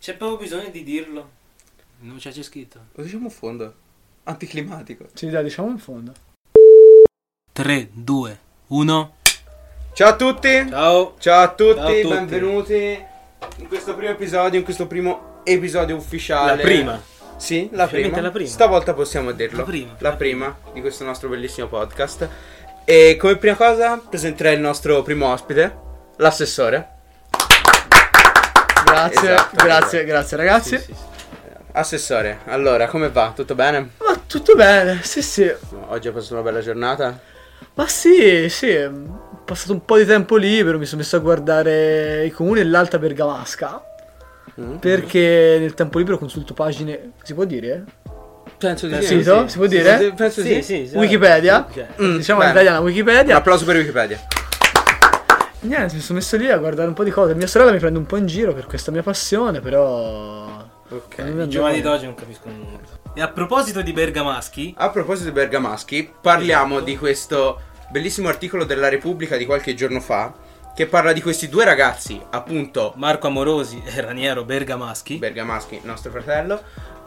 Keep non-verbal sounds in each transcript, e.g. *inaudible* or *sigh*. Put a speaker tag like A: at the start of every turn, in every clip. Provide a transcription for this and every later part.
A: C'è proprio bisogno di dirlo.
B: Non c'è, c'è scritto.
C: Lo diciamo in fondo. Anticlimatico.
D: Sì, dai, diciamo in fondo.
B: 3, 2, 1.
C: Ciao a tutti.
A: Ciao.
C: Ciao a tutti,
A: Ciao a tutti.
C: benvenuti in questo primo episodio, in questo primo episodio ufficiale. Sì, la
B: Finalmente
C: prima.
B: la prima.
C: Stavolta possiamo dirlo.
B: La prima.
C: La prima di questo nostro bellissimo podcast. E come prima cosa presenterei il nostro primo ospite, l'assessore.
D: Grazie,
C: Esatto,
D: grazie,
C: esatto.
D: grazie ragazzi.
C: Assessore, allora, come va? Tutto bene?
D: Ma tutto bene, sì, sì.
C: Oggi è passata una bella giornata?
D: Ma sì, sì. Ho passato un po' di tempo libero, mi sono messo a guardare i comuni dell'Alta Bergamasca.
C: Mm?
D: Perché nel tempo libero consulto pagine. Si può dire?
C: Penso di
D: Sì, no? Si può dire?
C: Penso di sì.
D: Wikipedia.
C: Mm,
D: diciamo
C: bene.
D: in italiano
C: Un
D: Wikipedia.
C: applauso per Wikipedia.
D: Niente, mi sono messo lì a guardare un po' di cose. Mia sorella mi prende un po' in giro per questa mia passione, però.
C: Ok.
A: I giovani d'oggi non capiscono nulla.
B: E a proposito di Bergamaschi,
C: A proposito di Bergamaschi, parliamo
B: Esatto.
C: di questo bellissimo articolo della Repubblica di qualche giorno fa che parla di questi due ragazzi, appunto
B: Marco Amorosi e Raniero Bergamaschi.
C: Bergamaschi, nostro fratello,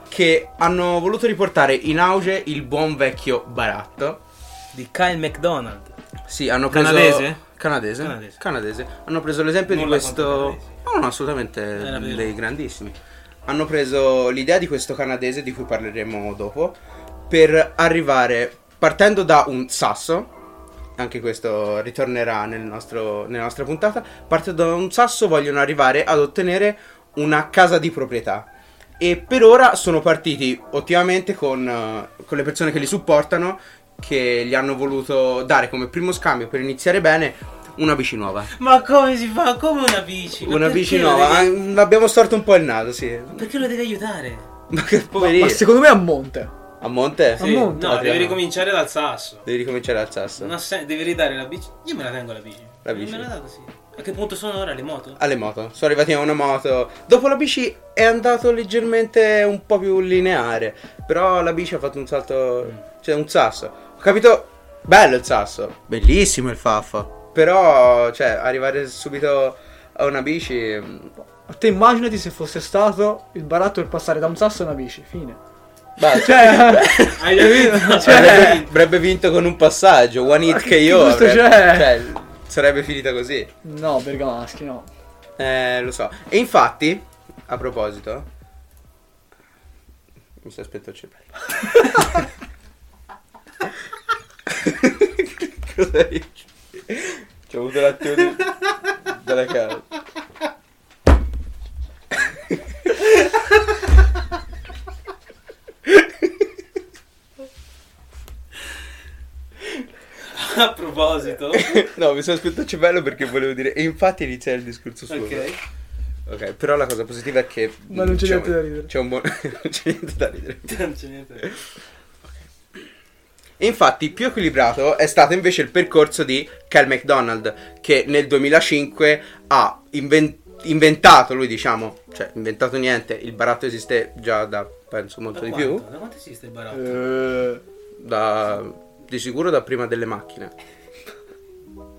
C: che hanno voluto riportare in auge il buon vecchio baratto.
B: di Kyle McDonald.
C: Sì, hanno preso
B: Canadese?
C: Canadese?
B: Canadese.
C: Canadese. Hanno preso l'esempio
A: Non
C: di
A: la
C: questo
A: conto canadese.
C: No, no, assolutamente
B: Era vero.
C: dei grandissimi. Hanno preso l'idea di questo canadese di cui parleremo dopo per arrivare partendo da un sasso anche questo ritornerà nel nostro- nella nostra puntata. Partendo da un sasso vogliono arrivare ad ottenere una casa di proprietà. E per ora sono partiti ottimamente con, eh, con le persone che li supportano, che gli hanno voluto dare come primo scambio per iniziare bene una bici nuova.
A: Ma come si fa? Come una bici? Ma
C: Una
A: perché
C: bici
A: lo
C: nuova,
A: devi-
C: eh, l'abbiamo storto un po' il naso, sì.
A: Perché lo devi aiutare?
C: Ma che
D: Ma
C: poverino.
D: secondo me è a monte.
C: A monte?
D: Sì.
A: No,
D: monte.
C: Adriano.
A: devi ricominciare dal sasso.
C: Devi ricominciare dal sasso.
A: Non ha sen- devi ridare la bici. Io me la tengo la bici.
C: La bici.
A: Me la data, sì. A che punto sono ora le
C: *laughs*
A: moto?
C: alle moto. Sono arrivati a una moto. Dopo la bici è andato leggermente un po' più lineare. Però la bici ha fatto un salto. Cioè, un sasso. Ho capito. Bello il sasso. Bellissimo il faffo. Però, cioè, arrivare subito a una bici. mm, mh,
D: Ma Te immaginati se fosse stato il baratto per passare da un sasso a una bici, fine. *laughs*
C: Beh, cioè,
D: Cioè,
A: Hai capito?
C: *laughs*
D: Cioè-
C: avrebbe, avrebbe vinto con un passaggio. One
D: Ma
C: hit
D: che
C: KO.
D: gusto
C: avrebbe-
D: c'è?
C: Cioè, sarebbe finita così.
D: no, Bergamaschi, no.
C: Eh, lo so. E infatti, a proposito, mi sto aspettando il cervello. *laughs* Cosa dici? Ci ho avuto l'attimo di... della cara.
A: A proposito.
C: No, mi sono aspettato il cervello perché volevo dire. E infatti iniziare il discorso suo.
A: ok.
C: Ok, però la cosa positiva è che.
D: Ma non c'è
C: un-
D: niente da ridere.
C: C'è un buon. *laughs* non c'è niente da ridere.
A: Non c'è niente.
C: E infatti più equilibrato è stato invece il percorso di Cal McDonald che nel 2005 ha inven- inventato, lui diciamo, cioè inventato niente, il baratto esiste già da penso molto
A: Da
C: di
A: quanto?
C: più,
A: Da quanto esiste il baratto?
D: Eh,
C: da, di sicuro da prima delle macchine.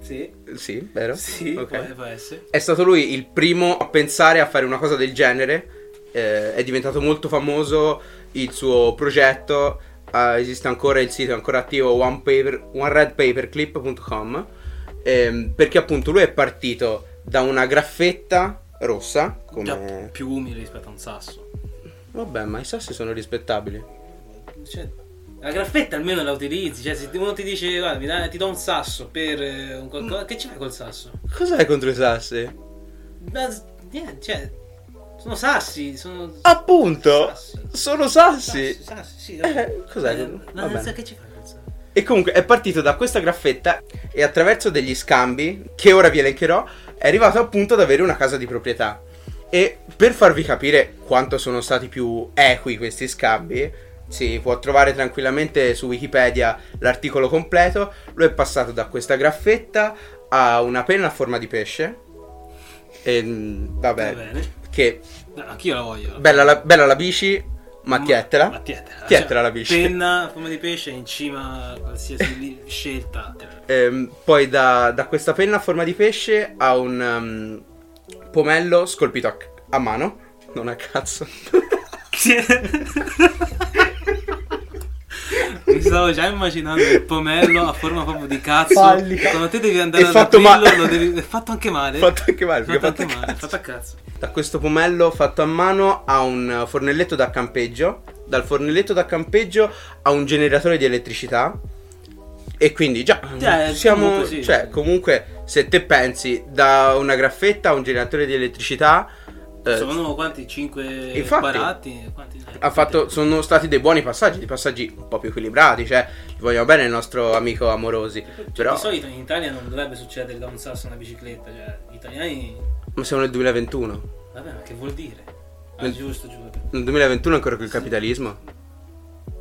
A: Sì.
C: Sì, vero?
A: Sì,
C: Ok.
A: può, può essere.
C: È stato lui il primo a pensare a fare una cosa del genere. eh, è diventato molto famoso il suo progetto. eh, esiste ancora il sito, è ancora attivo one paper- oneredpaperclip.com. ehm, perché appunto lui è partito da una graffetta rossa.
B: Già
C: Come...
B: più umile rispetto a un sasso.
C: Vabbè, ma i sassi sono rispettabili.
A: Cioè, la graffetta almeno la utilizzi. Cioè, se uno ti dice, guarda, mi dai- ti do un sasso per eh, un
C: Mm.
A: qualcosa. Che ci fai col sasso?
C: Cos'hai contro i sassi?
A: Ma s- niente, cioè, sono sassi, sono...
C: Appunto,
A: Sassi.
C: sono sassi.
A: Sassi, sassi, sì.
C: Eh, *laughs* cos'è? Va
A: Ma non
C: bene.
A: che ci fai pensare?
C: E comunque è partito da questa graffetta e attraverso degli scambi, che ora vi elencherò, è arrivato appunto ad avere una casa di proprietà. E per farvi capire quanto sono stati più equi questi scambi, si può trovare tranquillamente su Wikipedia l'articolo completo. Lui è passato da questa graffetta a una penna a forma di pesce. E, mm, vabbè,
B: Va bene.
C: che
B: No, anch'io la voglio.
C: bella la, bella la bici, ma
B: Mattietela
C: tietela.
B: Mattietela
A: Cioè,
C: Tietela la bici.
B: Penna a forma di pesce in cima a qualsiasi
C: *laughs*
B: li- scelta. te la-
C: Ehm, poi da, da questa ehm, penna a forma di pesce a un um, pomello scolpito a, a mano. Non a cazzo.
A: *laughs* Mi stavo già immaginando il pomello a forma proprio di cazzo.
D: Falli.
A: Quando te devi andare
C: È
A: ad
C: fatto
A: aprirlo,
C: male.
A: lo devi- è fatto anche male.
C: Fatto anche male,
A: Fatto anche
C: perché fatto a
A: male,
C: cazzo.
A: fatto a cazzo.
C: Da questo pomello fatto a mano a un fornelletto da campeggio, dal fornelletto da campeggio a un generatore di elettricità. E quindi già
A: Cioè,
C: siamo.
A: comunque sì.
C: Cioè, comunque, se te pensi da una graffetta a un generatore di elettricità. eh,
A: Sono quanti? 5
C: Infatti.
A: quadrati? Quanti? Eh,
C: ha fatto, sono stati dei buoni passaggi, dei passaggi un po' più equilibrati, cioè gli vogliamo bene il nostro amico amorosi.
A: Cioè,
C: Però
A: Di solito in Italia non dovrebbe succedere da un sasso a una bicicletta. Cioè, gli italiani.
C: ma siamo nel 2021.
A: Vabbè, ma che vuol dire? Ah,
C: Nel-
A: giusto, giusto.
C: Nel 2021 ancora col capitalismo.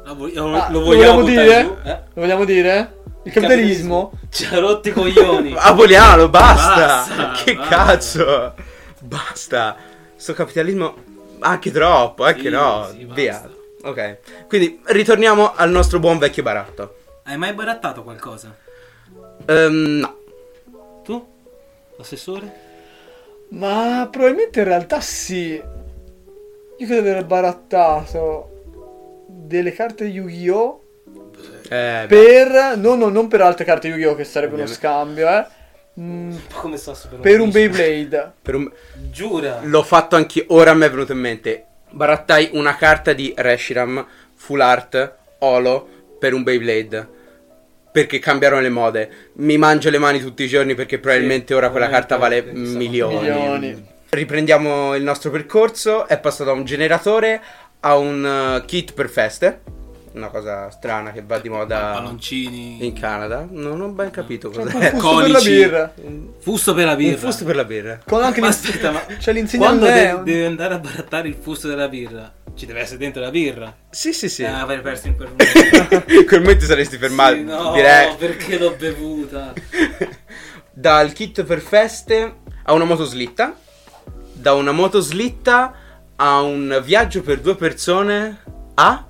A: Lo, vo- lo
D: Ah,
A: vogliamo, buttare
D: dire?
A: giù? Eh?
D: Lo vogliamo dire? Il capitalismo?
A: Ci ha rotti i
C: *laughs*
A: coglioni.
C: Ah, Aboliamo, basta!
A: Basta,
C: che
A: basta.
C: cazzo! Basta! Sto capitalismo anche troppo, anche
A: Sì,
C: no,
A: sì,
C: via.
A: basta.
C: Ok, quindi ritorniamo al nostro buon vecchio baratto.
A: Hai mai barattato qualcosa?
C: Ehm, no,
A: Tu? Assessore?
D: Ma probabilmente in realtà sì. Io credo di aver barattato delle carte Yu-Gi-Oh!
C: eh,
D: Per. No, no, non per altre carte Yu-Gi-Oh! che sarebbe uno
C: Ovviamente.
D: scambio, eh. Mm,
A: Come sasso per
D: per un
A: bici.
D: Beyblade.
C: per un-
A: Giura.
C: L'ho fatto anche ora mi è venuto in mente. Barattai una carta di Reshiram, Full Art, Olo per un Beyblade. Perché cambiarono le mode. Mi mangio le mani tutti i giorni perché probabilmente ora quella carta vale
A: probabilmente, chissà.
C: milioni.
D: Milioni.
C: Riprendiamo il nostro percorso. È passato da un generatore a un eh, kit per feste. Una cosa strana che va di moda
A: Palloncini.
C: in Canada. Non ho ben capito
D: C'è
C: cos'è.
D: un fusto per la
A: Codici.
D: birra.
A: Eh, Fusto per la birra.
C: Un fusto per la birra.
D: Con anche
A: Ma
D: l'ins-
A: aspetta, ma
D: C'è
A: quando
D: l'insegnante.
A: de- devi andare a barattare il fusto della birra, ci deve essere dentro la birra.
C: Sì, sì, sì.
A: Eh, avrei perso in quel momento.
C: In *laughs* quel momento saresti fermato.
A: Sì, no,
C: direi.
A: perché l'ho bevuta.
C: *laughs* Dal kit per feste a una motoslitta. Da una motoslitta a un viaggio per due persone a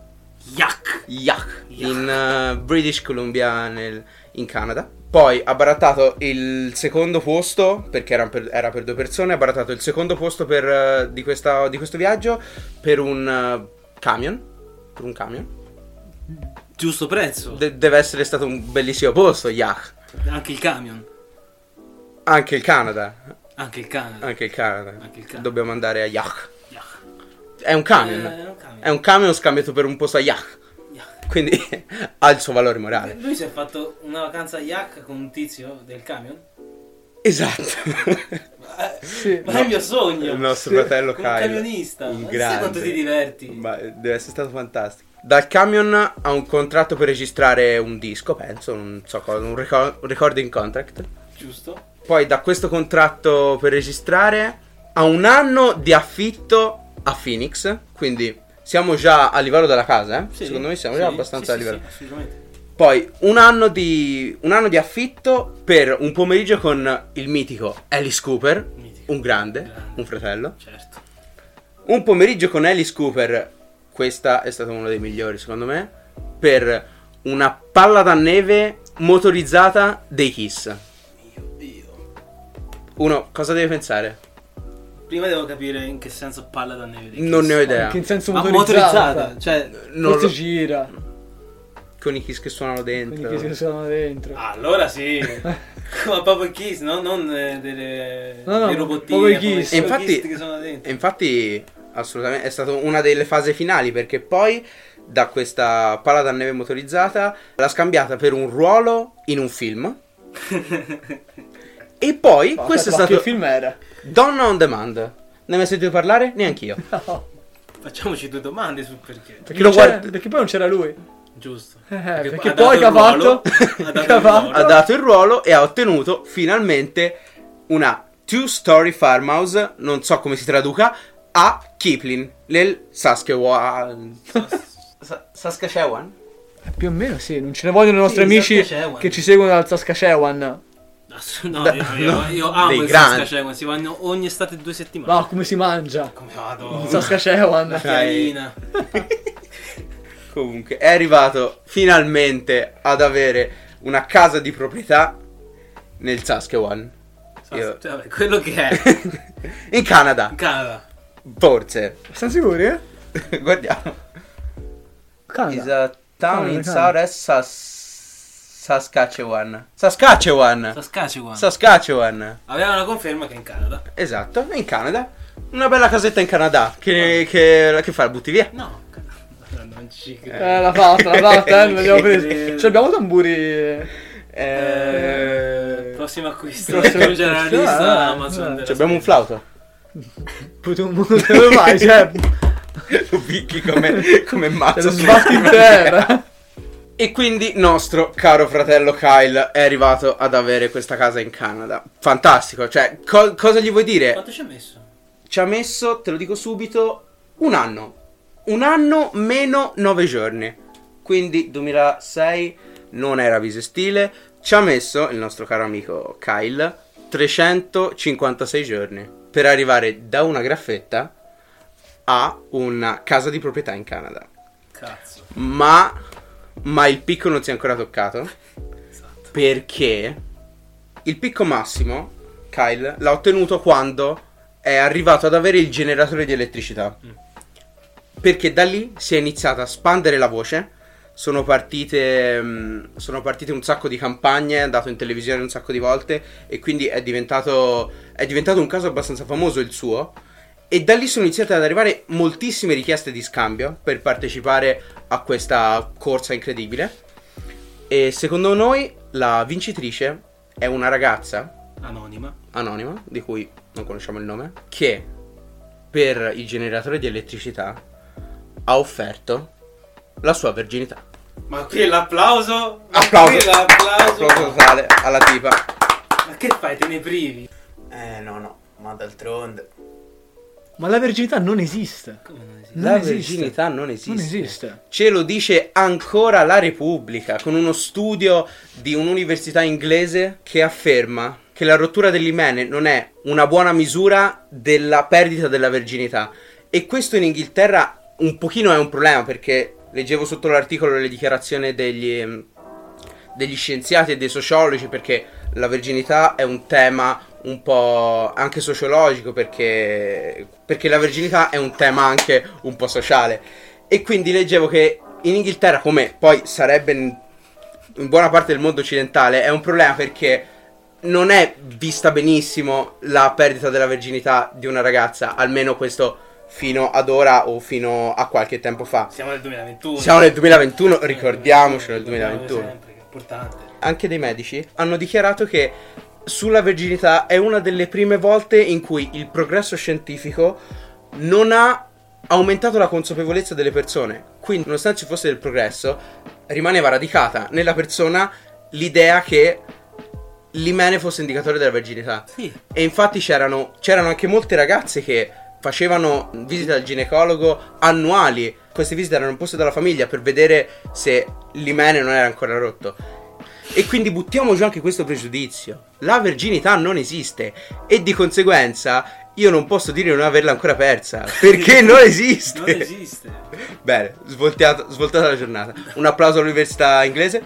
A: Yak.
C: Yak
A: Yak.
C: in eh, British Columbia nel- in Canada. Poi ha barattato il secondo posto perché era per, era per due persone. Ha barattato il secondo posto per, eh, di, questa- di questo viaggio per un eh, camion. Per un camion.
A: Giusto prezzo.
C: De- deve essere stato un bellissimo posto. Yak.
A: Anche il camion.
C: Anche il Canada.
A: Anche il camion.
C: Anche il Canada.
A: Anche il Canada.
C: Dobbiamo andare a Yak.
A: Yak.
C: È un camion.
A: Eh, è un camion.
C: È un camion scambiato per un posto a Yak.
A: Yak.
C: Quindi *laughs* ha il suo valore morale.
A: Lui si è fatto una vacanza a Yak con un tizio del camion.
C: Esatto.
D: Sì.
A: Ma è il mio sogno.
C: Il nostro
D: Sì.
C: fratello
A: Un
C: Kyle.
A: camionista.
C: Un
A: Ma sai
C: grande.
A: quanto ti diverti?
C: Ma deve essere stato fantastico. Dal camion a un contratto per registrare un disco, penso, non so cosa, un reco- un recording contract.
A: Giusto?
C: Poi da questo contratto per registrare a un anno di affitto a Phoenix, quindi siamo già a livello della casa, eh?
A: Sì.
C: Secondo me siamo
A: Sì,
C: già
A: sì,
C: abbastanza
A: sì,
C: a livello.
A: sì, assolutamente.
C: Poi un anno, di, un anno di affitto per un pomeriggio con il mitico Alice Cooper,
A: Mitico.
C: un grande,
A: Grande.
C: un fratello.
A: Certo.
C: Un pomeriggio con Alice Cooper, questa è stata uno dei migliori secondo me, per una palla da neve motorizzata dei Kiss.
A: Mio Dio.
C: Uno, cosa deve pensare?
A: Prima devo capire in che senso palla da neve. dei
C: Non
A: Kiss.
C: ne ho idea.
D: Anche in senso
A: Ma
D: motorizzata.
A: motorizzata, cioè
C: Non
D: Forse
C: lo- Mm,
D: gira.
C: Con i Kiss che suonano
D: Quindi
C: dentro.
D: che si sono dentro.
C: Ah,
A: Allora
D: *laughs*
A: sì, ma proprio i Kiss, no? non eh, delle,
D: No, no,
A: dei
D: ma
A: robottini.
D: proprio i
A: proprio
D: Kiss.
C: E infatti,
A: che sono dentro.
C: e infatti, assolutamente, è stata una delle fasi finali perché poi da questa palla da neve motorizzata l'ha scambiata per un ruolo in un *laughs* film. e poi,
D: Ma
C: questo è
D: aspetta, Ah,
C: stato
D: ma Che film era? *laughs*
C: Donna on Demand. Ne hai mai sentito parlare? Neanch'io.
D: No.
A: Facciamoci due domande sul perché.
C: Perché lo
D: Non c'era-
C: guard-
D: perché poi non c'era lui.
A: Giusto.
D: Eh,
A: Perché
D: perché
A: ha
D: poi
A: dato il
D: Cavato
A: ruolo, ha dato il
D: Cavato-
A: ruolo.
C: ha dato il ruolo e ha ottenuto finalmente una Two Story Farmhouse, non so come si traduca, a Kipling nel Saskatchewan. Sa- Saskatchewan?
D: Eh, Più o meno sì, non ce ne vogliono i
A: Sì,
D: nostri amici
A: Saskatchewan.
D: che ci seguono dal Saskatchewan.
A: Ass- No,
C: Da-
A: io, io,
C: no,
A: io amo
C: dei
A: il
C: grandi.
A: Saskatchewan, si vanno ogni estate due settimane.
D: Ma come si
C: *laughs*
D: mangia?
A: Come vado?
D: In Saskatchewan.
A: Chiarina.
C: *laughs* Comunque è arrivato finalmente ad avere una casa di proprietà nel Saskatchewan. Io- *laughs*
A: Sas- cioè, vabbè, quello che è.
C: In Canada.
A: In Canada.
C: Forse. *laughs*
D: Siamo sicuri? Eh?
C: Guardiamo.
D: Canada.
C: Is a town in
D: Canada,
C: South
D: Canada.
C: Sas- Saskatchewan. Saskatchewan.
A: Saskatchewan.
C: Saskatchewan.
A: Aveva una conferma che è in Canada.
C: Esatto, in Canada. Una bella casetta in Canada. Che, che, che fa? La butti via?
A: No, Canada. non ci credo.
D: Eh, l'ha fatta, l'ha fatta, eh,
C: *laughs*
D: l'abbiamo presa. Ci abbiamo tamburi.
A: Eh,
C: Eh... Ah,
A: prossimo
C: *laughs*
A: acquisto.
D: Prossimo
A: Prossimo generalista
D: acquisto, eh, eh.
A: Amazon. della
C: Ci abbiamo un flauto.
D: *laughs* Putum, dove vai? *laughs* Cioè,
C: *laughs* Lo picchi come, come
D: te lo
C: mazzo.
D: sbatti in terra.
C: E quindi nostro caro fratello Kyle è arrivato ad avere questa casa in Canada. Fantastico, cioè co- cosa gli vuoi
A: Spezia.
C: dire?
A: Quanto ci ha messo?
C: Ci ha messo, te lo dico subito, un anno. Un anno meno nove giorni. Quindi 2006 non era bisestile. Ci ha messo il nostro caro amico Kyle 356 giorni per arrivare da una graffetta a una casa di proprietà in Canada.
A: Cazzo.
C: Ma, ma il picco non si è ancora toccato.
A: Esatto.
C: Perché il picco massimo, Kyle, l'ha ottenuto quando è arrivato ad avere il generatore di elettricità. Perché da lì si è iniziata a spandere la voce. Sono partite, mh, sono partite un sacco di campagne, è andato in televisione un sacco di volte e quindi è diventato, è diventato un caso abbastanza famoso il suo. E da lì sono iniziate ad arrivare moltissime richieste di scambio per partecipare a questa corsa incredibile. E secondo noi la vincitrice è una ragazza
A: Anonima.
C: anonima, di cui non conosciamo il nome, che per il generatore di elettricità ha offerto la sua verginità.
A: Ma qui l'applauso. Ma
C: Applauso.
A: Qui l'applauso.
C: Applauso totale alla tipa.
A: Ma che fai? Te ne privi?
E: Eh no no, ma d'altronde.
D: Ma la verginità non esiste.
A: Come non esiste?
D: Non
C: La
D: esiste.
C: verginità non esiste.
D: Non esiste.
C: Ce lo dice ancora la Repubblica con uno studio di un'università inglese che afferma che la rottura dell'imene non è una buona misura della perdita della verginità. E questo in Inghilterra un pochino è un problema perché leggevo sotto l'articolo le dichiarazioni degli, ehm, degli scienziati e dei sociologi perché la verginità è un tema un po' anche sociologico perché, perché la verginità è un tema anche un po' sociale e quindi leggevo che in Inghilterra come poi sarebbe in, in buona parte del mondo occidentale è un problema perché non è vista benissimo la perdita della verginità di una ragazza almeno questo fino ad ora o fino a qualche tempo fa
A: Siamo nel 2021.
C: siamo nel 2021 ricordiamocelo nel 2021
A: Sempre, che è importante.
C: anche dei medici hanno dichiarato che sulla verginità è una delle prime volte in cui il progresso scientifico non ha aumentato la consapevolezza delle persone. Quindi, nonostante ci fosse del progresso, rimaneva radicata nella persona l'idea che l'imene fosse indicatore della verginità.
A: Sì.
C: E infatti c'erano, c'erano anche molte ragazze che facevano visite al ginecologo annuali. Queste visite erano imposte dalla famiglia per vedere se l'imene non era ancora rotto. E quindi buttiamo giù anche questo pregiudizio. La verginità non esiste e di conseguenza io non posso dire di non averla ancora persa perché non esiste.
A: Non esiste.
C: Bene, svolteato- svoltata la giornata. Un applauso all'università inglese.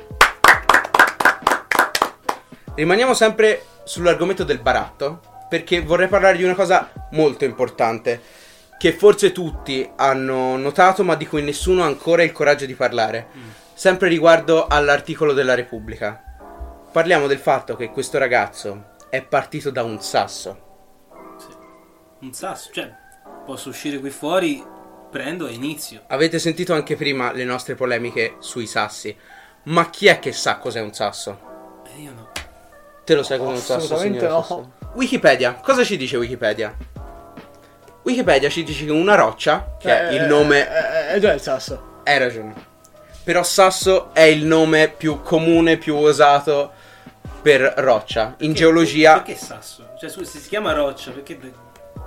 C: Rimaniamo sempre sull'argomento del baratto, perché vorrei parlare di una cosa molto importante, che forse tutti hanno notato, ma di cui nessuno ha ancora il coraggio di parlare. Sempre riguardo all'articolo della Repubblica. Parliamo del fatto che questo ragazzo è partito da un sasso.
A: Un sasso. Cioè, posso uscire qui fuori, prendo e inizio.
C: Avete sentito anche prima le nostre polemiche sui sassi. Ma chi è che sa cos'è un sasso?
A: E Eh, io no.
C: Te lo sai cos'è un sasso?
D: Assolutamente
C: signore
D: no.
C: Sassone? Wikipedia, cosa ci dice Wikipedia? Wikipedia ci dice che una roccia, che
D: Eh,
C: è il nome
D: È eh, già il sasso.
C: Hai ragione. Però Sasso è il nome più comune, più usato per roccia. In
A: Perché-
C: geologia.
A: Perché sasso? Cioè, scusa, se si chiama roccia, perché de-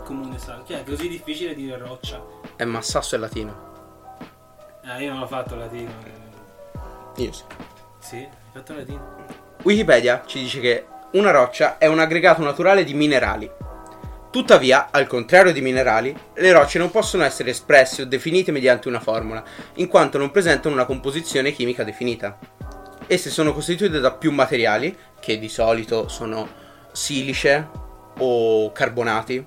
A: comune sasso? Cioè, è così difficile dire roccia.
C: Eh, ma Sasso è latino.
A: Ah, io non l'ho fatto latino. eh.
C: Io sì.
A: Sì, hai fatto latino.
C: Wikipedia ci dice che una roccia è un aggregato naturale di minerali. Tuttavia, al contrario di minerali, le rocce non possono essere espresse o definite mediante una formula, in quanto non presentano una composizione chimica definita. Esse sono costituite da più materiali, che di solito sono silice o carbonati,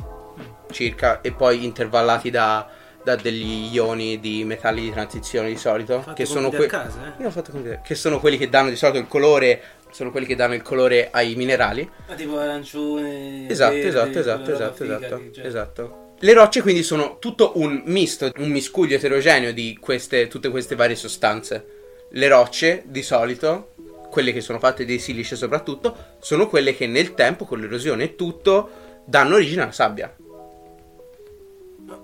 C: circa e poi intervallati da, da degli ioni di metalli di transizione di solito
A: Fatti
C: che sono
A: compiti
C: que-
A: a casa, eh.
C: Io ho fatto con te, che sono quelli che danno di solito il colore sono quelli che danno il colore ai minerali
A: Ma tipo arancione.
C: Esatto,
A: verde,
C: esatto, esatto,
A: quella roba
C: esatto,
A: figa
C: esatto,
A: che- cioè-
C: esatto. Le rocce quindi sono tutto un misto, un miscuglio eterogeneo di queste, tutte queste varie sostanze. Le rocce, di solito, quelle che sono fatte di silice soprattutto, sono quelle che nel tempo, con l'erosione e tutto, danno origine alla sabbia.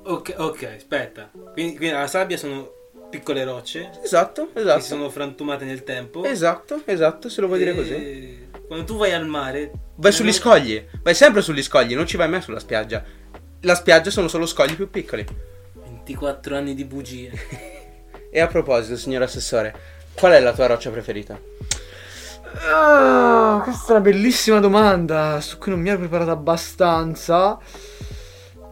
A: Ok, ok, aspetta. Quindi, quindi la sabbia sono piccole rocce
C: Esatto,
A: che si
C: esatto.
A: sono Eh, frantumate nel tempo.
C: Esatto, esatto, se lo vuoi dire
A: E
C: così.
A: Quando tu vai al mare.
C: Vai sugli scogli, vai sempre sugli scogli, non ci vai mai sulla spiaggia. La spiaggia sono solo scogli più piccoli.
A: 24 anni di
C: *laughs*
A: bugie.
C: E a proposito, signor assessore, qual è la tua roccia preferita?
D: Ah, questa è una bellissima domanda su cui non mi ero preparata abbastanza.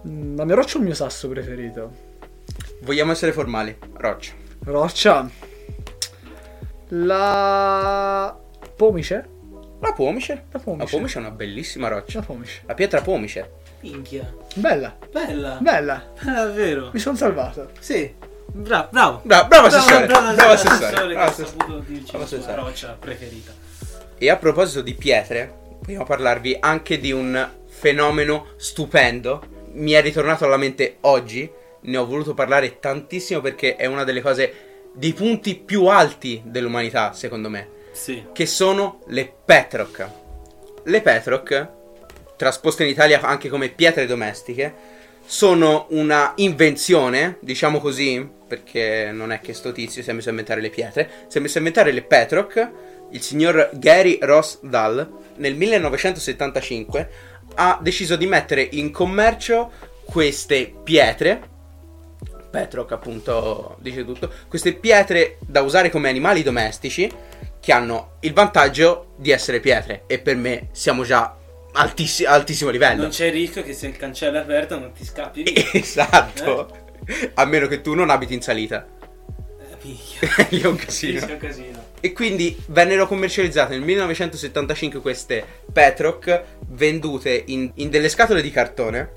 D: Mm, La mia roccia o il mio sasso preferito?
C: Vogliamo essere formali, roccia.
D: Roccia. La pomice?
C: La pomice.
D: La pomice.
C: La pomice è una bellissima
D: La
C: roccia.
D: pomice.
C: La pietra pomice.
A: Minchia.
D: Bella,
A: Bella.
D: bella.
A: Bella, davvero.
D: Mi sono salvato.
A: Sì. Bra- bravo.
C: Bra- bravo assessore. Bravo, assessore.
A: assessore che
C: Bravo
A: ha
C: assessore.
A: saputo dirci
C: Bravo
A: la sua
C: assessore.
A: roccia preferita.
C: E a proposito di pietre, vogliamo parlarvi anche di un fenomeno stupendo. Mi è ritornato alla mente oggi. Ne ho voluto parlare tantissimo perché è una delle cose dei punti più alti dell'umanità, secondo me.
A: Sì.
C: che sono le Petroc. Le Petroc, trasposte in Italia anche come pietre domestiche, sono una invenzione, diciamo così, perché non è che sto tizio si è messo a inventare le pietre, si è messo a inventare le Petroc, il signor Gary Ross Dahl, nel 1975, ha deciso di mettere in commercio queste pietre Petroc appunto dice tutto. Queste pietre da usare come animali domestici che hanno il vantaggio di essere pietre e per me siamo già altissi- altissimo livello.
A: Non c'è il rischio che se il cancello è aperto non ti scappi via.
C: *laughs* esatto. A meno che tu non abiti in salita. *laughs*
A: Eh, minchia.
C: Lì è un
A: Rischio
C: casino.
A: è un casino.
C: E quindi vennero commercializzate nel 1975 queste Petroc vendute in, in delle scatole di cartone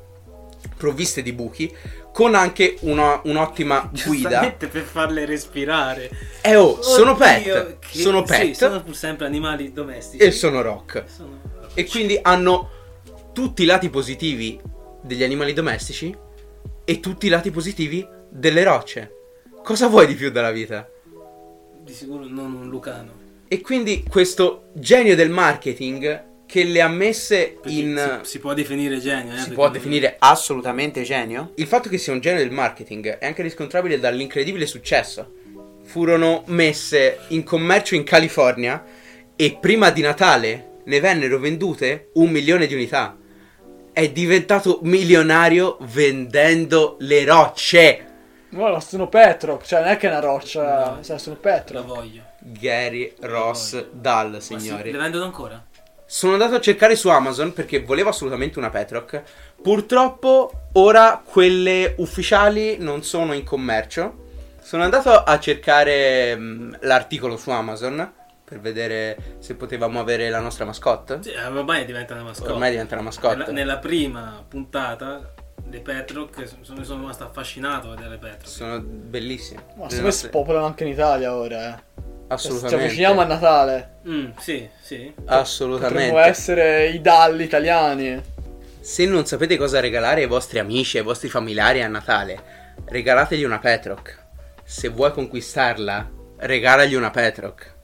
C: provviste di buchi con anche una- un'ottima guida.
A: Giustamente per farle respirare.
C: Eh oh, sono
A: Oddio,
C: pet,
A: che-
C: sono
A: sì,
C: pet
A: sono pur sempre animali domestici.
C: e sono rock.
A: Sono-
C: E quindi hanno tutti i lati positivi degli animali domestici e tutti i lati positivi delle rocce. Cosa vuoi di più dalla vita?
A: Di sicuro non un lucano.
C: E quindi questo genio del marketing che le ha messe
A: Perché
C: in...
A: si, si può definire genio, eh,
C: Si
A: perché
C: può
A: non-
C: definire
E: Assolutamente genio.
C: Il fatto che sia un genio del marketing è anche riscontrabile dall'incredibile successo. Furono messe in commercio in California e prima di Natale ne vennero vendute un milione di unità. È diventato milionario vendendo le rocce.
D: Guarda, sono Petro. Cioè, non è che è una roccia.
A: No.
D: Cioè, sono
A: La
D: Petro.
A: voglio.
C: Gary Ross Dahl,
A: Ma sì, le
C: signori.
A: vendono ancora?
C: Sono andato a cercare su Amazon perché volevo assolutamente una Petroc. Purtroppo ora quelle ufficiali non sono in commercio. Sono andato a cercare mh, l'articolo su Amazon per vedere se potevamo avere la nostra mascotte.
A: Sì, eh, ormai diventa una mascotte.
C: Ormai diventa una mascotte.
A: Nella, nella prima puntata, le Petroc, sono, sono rimasto affascinato a vedere le Petroc.
C: Sono bellissime.
D: Ma
C: Le
D: se
C: nostre-
D: spopolano anche in Italia ora, eh. Cioè, Ci
C: Assolutamente.
D: avviciniamo a Natale.
A: Mm, sì, sì.
D: Potremmo
C: Assolutamente.
D: essere i dalli italiani.
C: Se non sapete cosa regalare ai vostri amici, ai vostri familiari a Natale, regalategli una Petroc. Se vuoi conquistarla, regalagli una Petroc.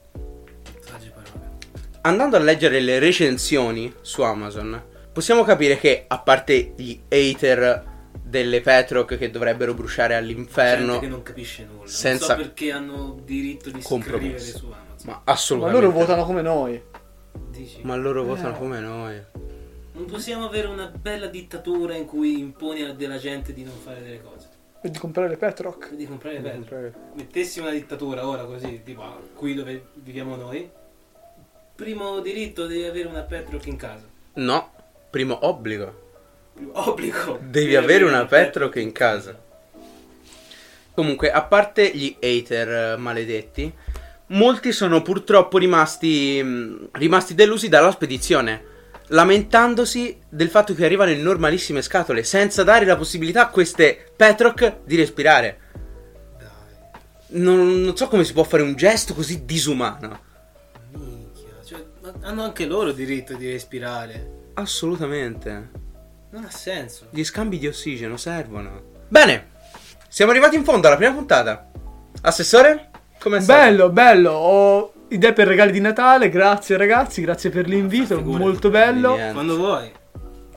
A: Sagge parole.
C: Andando a leggere le recensioni su Amazon, possiamo capire che, a parte gli hater delle Petroc che dovrebbero bruciare
A: Gente che
C: all'inferno,
A: non capisce nulla.
C: Senza-
A: Non so perché hanno diritto di scrivere
C: Compromesso.
A: su Amazon.
C: ma
D: Ma
C: assolutamente.
D: loro votano come noi.
A: Dici?
C: Ma loro votano come noi.
A: Non possiamo avere una bella dittatura in cui imponi a della gente di non fare delle cose.
D: E di comprare le Petroc.
A: Di comprare
D: Di
A: Petroc.
D: comprare-
A: mettessi una dittatura ora così, tipo ah, qui dove viviamo noi, primo diritto devi avere una Petroc in casa.
C: No, primo obbligo.
A: Primo Obbligo.
C: Devi avere una Petroc in casa. Comunque, a parte gli hater eh, maledetti, mm, molti sono purtroppo rimasti, mh, rimasti delusi dalla spedizione. lamentandosi del fatto che arrivano in normalissime scatole, senza dare la possibilità a queste Petroc di respirare.
A: Dai,
C: Non, non so come si può fare un gesto così disumano.
A: minchia. Cioè, ma hanno anche loro diritto di respirare.
C: Assolutamente.
A: Non ha senso.
C: Gli scambi di ossigeno servono. Bene, siamo arrivati in fondo alla prima puntata. Assessore? Com'è stato?
D: Bello, bello. Ho idee per regali di Natale. Grazie ragazzi, grazie per
C: Ah,
D: l'invito.
A: Figurati.
D: Molto bello.
C: Niente.
A: Quando vuoi.
C: eh.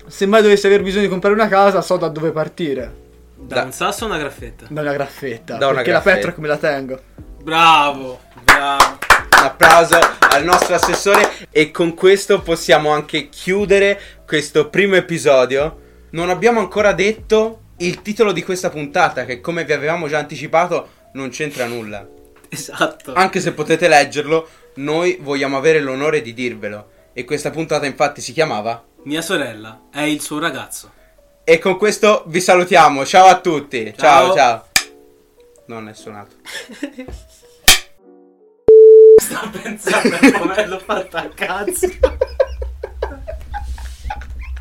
D: Se mai dovessi aver bisogno di comprare una casa, so da dove partire.
A: Da,
C: Da-
A: un sasso a una graffetta.
D: Da una graffetta.
C: Da una
D: perché
C: graffetta.
D: la Petra come la tengo.
A: Bravo, bravo. *laughs*
C: Un applauso al nostro assessore e con questo possiamo anche chiudere questo primo episodio. Non abbiamo ancora detto il titolo di questa puntata che come vi avevamo già anticipato non c'entra nulla.
A: Esatto.
C: Anche se potete leggerlo, noi vogliamo avere l'onore di dirvelo e questa puntata infatti si chiamava
A: Mia sorella è il suo ragazzo.
C: *laughs* e con questo vi salutiamo. Ciao a tutti. Ciao ciao.
A: Ciao.
C: Non è suonato.
D: *laughs*
A: Sta pensando a come l'ho fatta a cazzo.